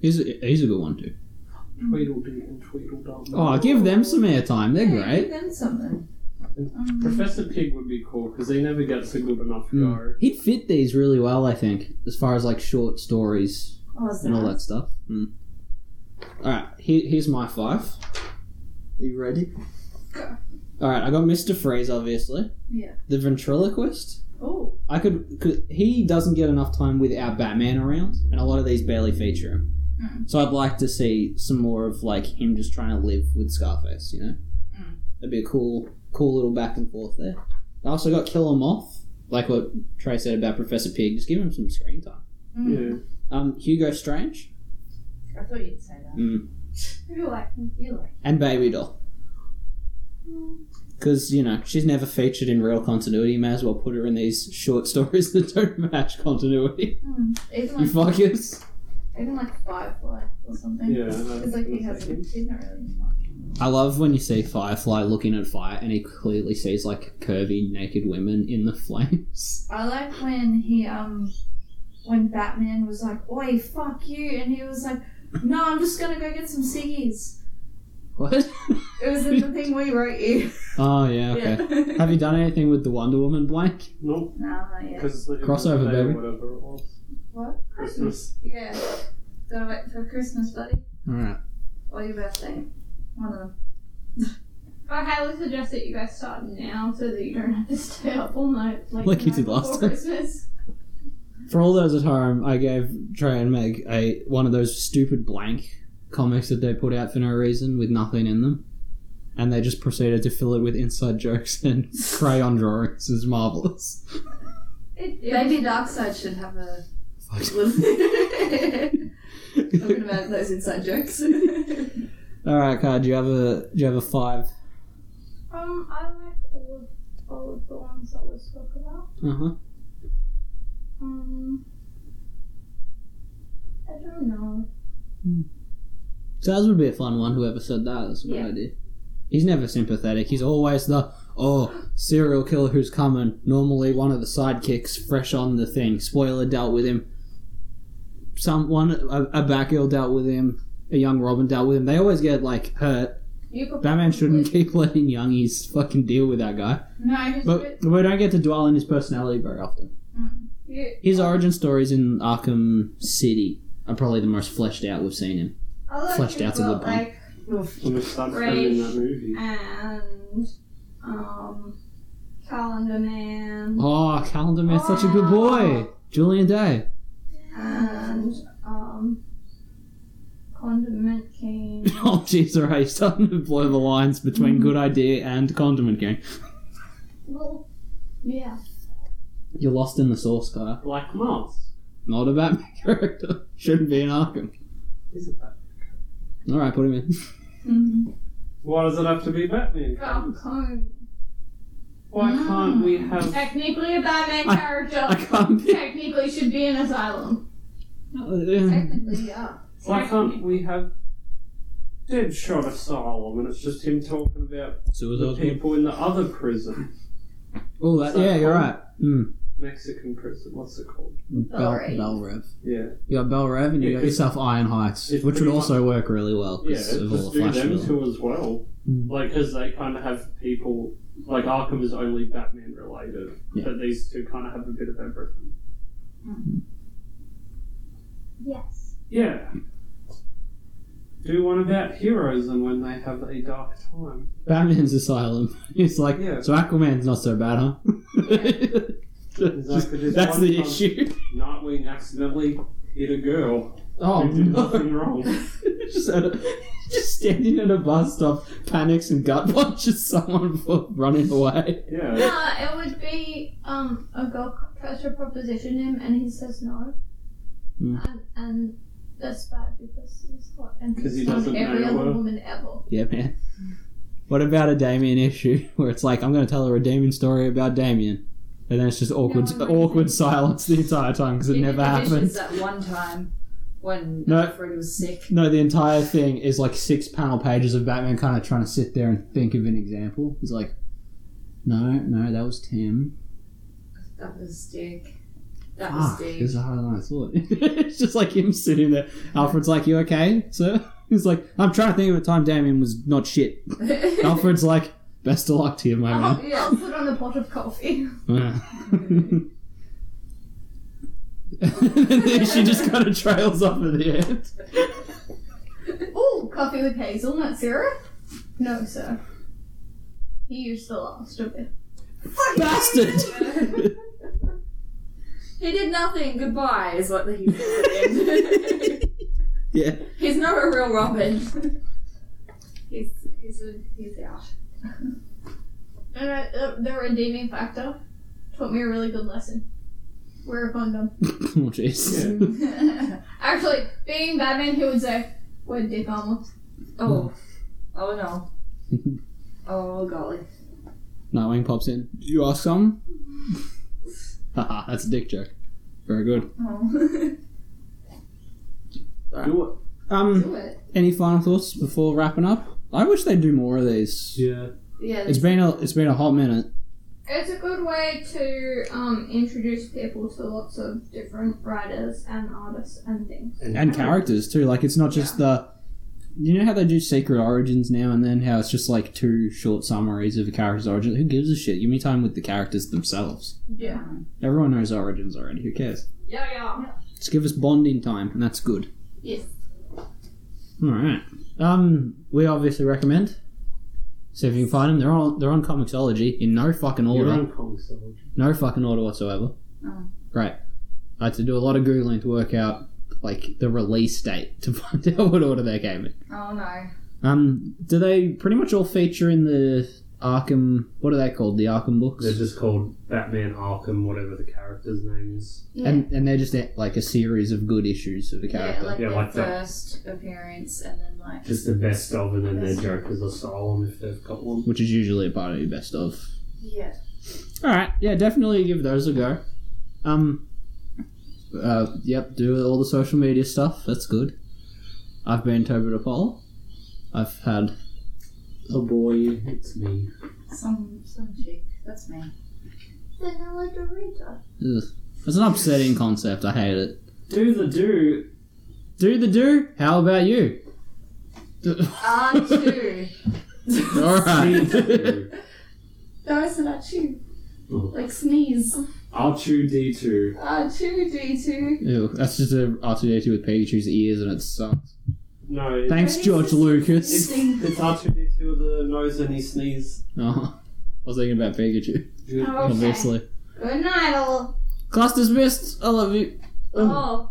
He's a, he's a good one too.
Tweedledee, and Tweedledum.
Oh, give them some airtime. They're
Hey,
great.
give them something. Mm-hmm.
Professor Pig would be cool because he never gets a good enough
Mm. He'd fit these really well, I think, as far as like short stories
Oh, is
and all
that?
that stuff. Mm. All right, here, here's my five. Are you ready?
Go.
All right, I got Mister Freeze, obviously.
Yeah.
The ventriloquist.
Oh,
I could, could. He doesn't get enough time without Batman around, and a lot of these barely feature him.
Mm.
So I'd like to see some more of like him just trying to live with Scarface. You know,
Mm.
that'd be a cool, cool little back and forth there. I also got Killer Moth, like what Trey said about Professor Pig. Just give him some screen time.
mm.
Yeah.
Um, Hugo Strange
I thought you'd say that.
Mm.
who like
You like
and Baby Doll,
Mm.
because you know she's never featured in real continuity. You may as well put her in these short stories that don't match continuity.
even
You
like
fuckers.
even like Firefly or something.
Yeah. uh,
It's like he has
Second.
he's not really much.
I love when you see Firefly looking at fire and he clearly sees like curvy naked women in the flames.
I like when he um when Batman was like, "Oi, fuck you," and he was like, "No, I'm just gonna go get some ciggies."
What?
It was in the thing we wrote you.
oh yeah, okay.
Yeah.
Have you done anything with the Wonder Woman blank?
Nope.
nah, not yet.
Because
Crossover, baby.
Whatever it was.
What?
Christmas.
Yeah. Gotta wait for Christmas, buddy,
Alright.
or your birthday. One of them.
I highly suggest that you guys start now so that you don't have to stay up all night like,
Like
the
you
night
did last
before
time.
Christmas.
For all those at home, I gave Trey and Meg a one of those stupid blank comics that they put out for no reason with nothing in them. And they just proceeded to fill it with inside jokes and crayon drawings. It's marvellous.
It, it
Maybe Darkseid should have a little talking about those inside jokes.
Alright, Kai, do you have a do you have a five?
Um, I like all of all of the ones that we spoke about.
Uh-huh.
Um, I don't know.
Taz would be a fun one, whoever said that. That's a good
Yeah.
idea. He's never sympathetic. He's always the, oh, serial killer who's coming. Normally one of the sidekicks, fresh on the thing. Spoiler dealt with him. Someone, a, a Batgirl dealt with him. A young Robin dealt with him. They always get like hurt.
You could
Batman shouldn't
probably-
keep letting youngies fucking deal with that guy.
No, I just but,
But we don't get to dwell on his personality very often.
you,
His origin stories in Arkham City are probably the most fleshed out we've seen him.
I like
fleshed
you've
out a good
got,
point.
like
Oof, I'm gonna start
Right.
filming that movie.
and um, Calendar Man
Oh, Calendar Man's such a good boy. Julian Day.
and um, Condiment King.
Oh, jeez, alright, he's starting to blur the lines between Good Idea and Condiment Gang.
well, yeah.
You're lost in the source, Kyle.
Black Mask.
Not a Batman character. Shouldn't be in Arkham.
Is it Batman?
Alright, put him in.
Mm-hmm.
Why does it have to be Batman?
Oh.
Why
Hmm.
can't we have?
Technically a Batman
I-
character.
I can't be.
Technically should be an asylum.
Technically, yeah.
Why can't we have? Deadshot Asylum, and it's just him talking about the
Suicide Squad.
people in the other prison,
Oh, that, yeah, you're right. Mm.
Mexican prison. What's it called?
Bell,
Sorry.
Bell Rev.
Yeah,
You got Bell Rev and you
Yeah,
got
it's-
yourself Iron Heights,
it's
which would
pretty
also work really well
yeah.
because of all
Just
the
do
Flash.
them
villains.
two as well,
Mm.
like because they kind of have people. Like Arkham is only Batman related,
Yeah.
but these two kind of have a bit of everything.
Yes.
Yeah. Do one about heroes and when they have a dark time.
Batman's Asylum. It's like,
Yeah.
so Aquaman's not so bad, huh?
Exactly, just
That's
one
the
time.
issue.
Nightwing accidentally hit a girl
Oh,
who did
no.
nothing wrong.
just, at a, just standing at a bus stop, panics and gut punches someone for running away.
Yeah.
No, it would be um a girl co- tries to proposition him and he says no,
Hmm.
and, and that's bad because he's hot and
'Cause
he's
he
done
doesn't
every
know
other
her.
woman ever.
Yeah, man. What about a Damien issue where it's like, I'm going to tell her a Damien story about Damien? And then it's just awkward,
No, I'm
awkward
not.
silence the entire time because it never happens.
That one time when
No.
Alfred was sick.
No, the entire thing is like six panel pages of Batman kind of trying to sit there and think of an example. He's like, no, no, that was Tim.
That was Dick. That was
Ah,
Dick.
it was harder than I thought. it's just like him sitting there. Alfred's like, you okay, sir? He's like, I'm trying to think of a time Damien was not shit. Alfred's like, best of luck to you, my man.
I'll, Oh, I'll put on a pot of coffee.
and then she just kind of trails off at the end.
Ooh, coffee with hazelnut syrup? No, sir. He used the last of it.
Bastard!
he did nothing. Goodbye is what he did.
yeah.
he's not a real Robin. he's he's a, he's out.
And I, uh, the redeeming factor taught me a really good lesson. Wear a condom.
Oh, jeez.
Actually, being Batman, he would say, wear dick armor.
Oh, oh no. Oh golly.
Nightwing pops in. You ask some? Haha, that's a dick joke. Very good.
Oh.
Do
Um,
Do it.
any final thoughts before wrapping up? I wish they'd do more of these.
it. Yeah.
Yeah.
It's been a it's been a hot minute.
It's a good way to um, introduce people to lots of different writers and artists and things.
and characters too. Like it's not just the. You know how they do secret origins now and then? How it's just like two short summaries of a character's origin. Who gives a shit? You meet time with the characters themselves.
Yeah.
Everyone knows origins already. Who cares?
Yeah, yeah.
Just give us bonding time, and that's good.
Yes.
All right. Um, we obviously recommend. So if you can find them, they're on they're on Comixology in no fucking order.
Your own console.
No fucking order whatsoever.
Oh.
Right. I had to do a lot of googling to work out like the release date to find out what order they came in.
Oh no.
Um, do they pretty much all feature in the Arkham? What are they called? The Arkham books,
They're just called Batman Arkham, whatever the character's name is.
and and they're just uh, like a series of good issues of the
Yeah,
character.
like
Yeah,
their
like that.
first appearance, and then like
Just the best of, and then their Joker's Asylum if they've got one.
which is usually a part of your best of.
yeah.
All right, yeah, definitely give those a go. Um, uh, yep, do all the social media stuff. That's good. I've been Toby DePaul. I've had
Oh boy, it's me.
Some some chick. That's me.
Vanilla Dorito.
Ugh. It's an upsetting concept. I hate it.
Do the do.
Do the do. How about you? D-
Ah, chew.
All right.
C2.
No, I said ah, chew.
Oh.
Like sneeze.
I'll chew D2.
Ah, chew, D2.
Ew, that's just a R2D2 with Pikachu's ears, and it sucks.
No, it-
Thanks, George Lucas.
Sneezing.
it's R2D2 with a nose and he sneezes.
Oh, I was thinking about Pikachu,
Okay.
obviously.
Good night, all.
Class dismissed. I love you.
Oh.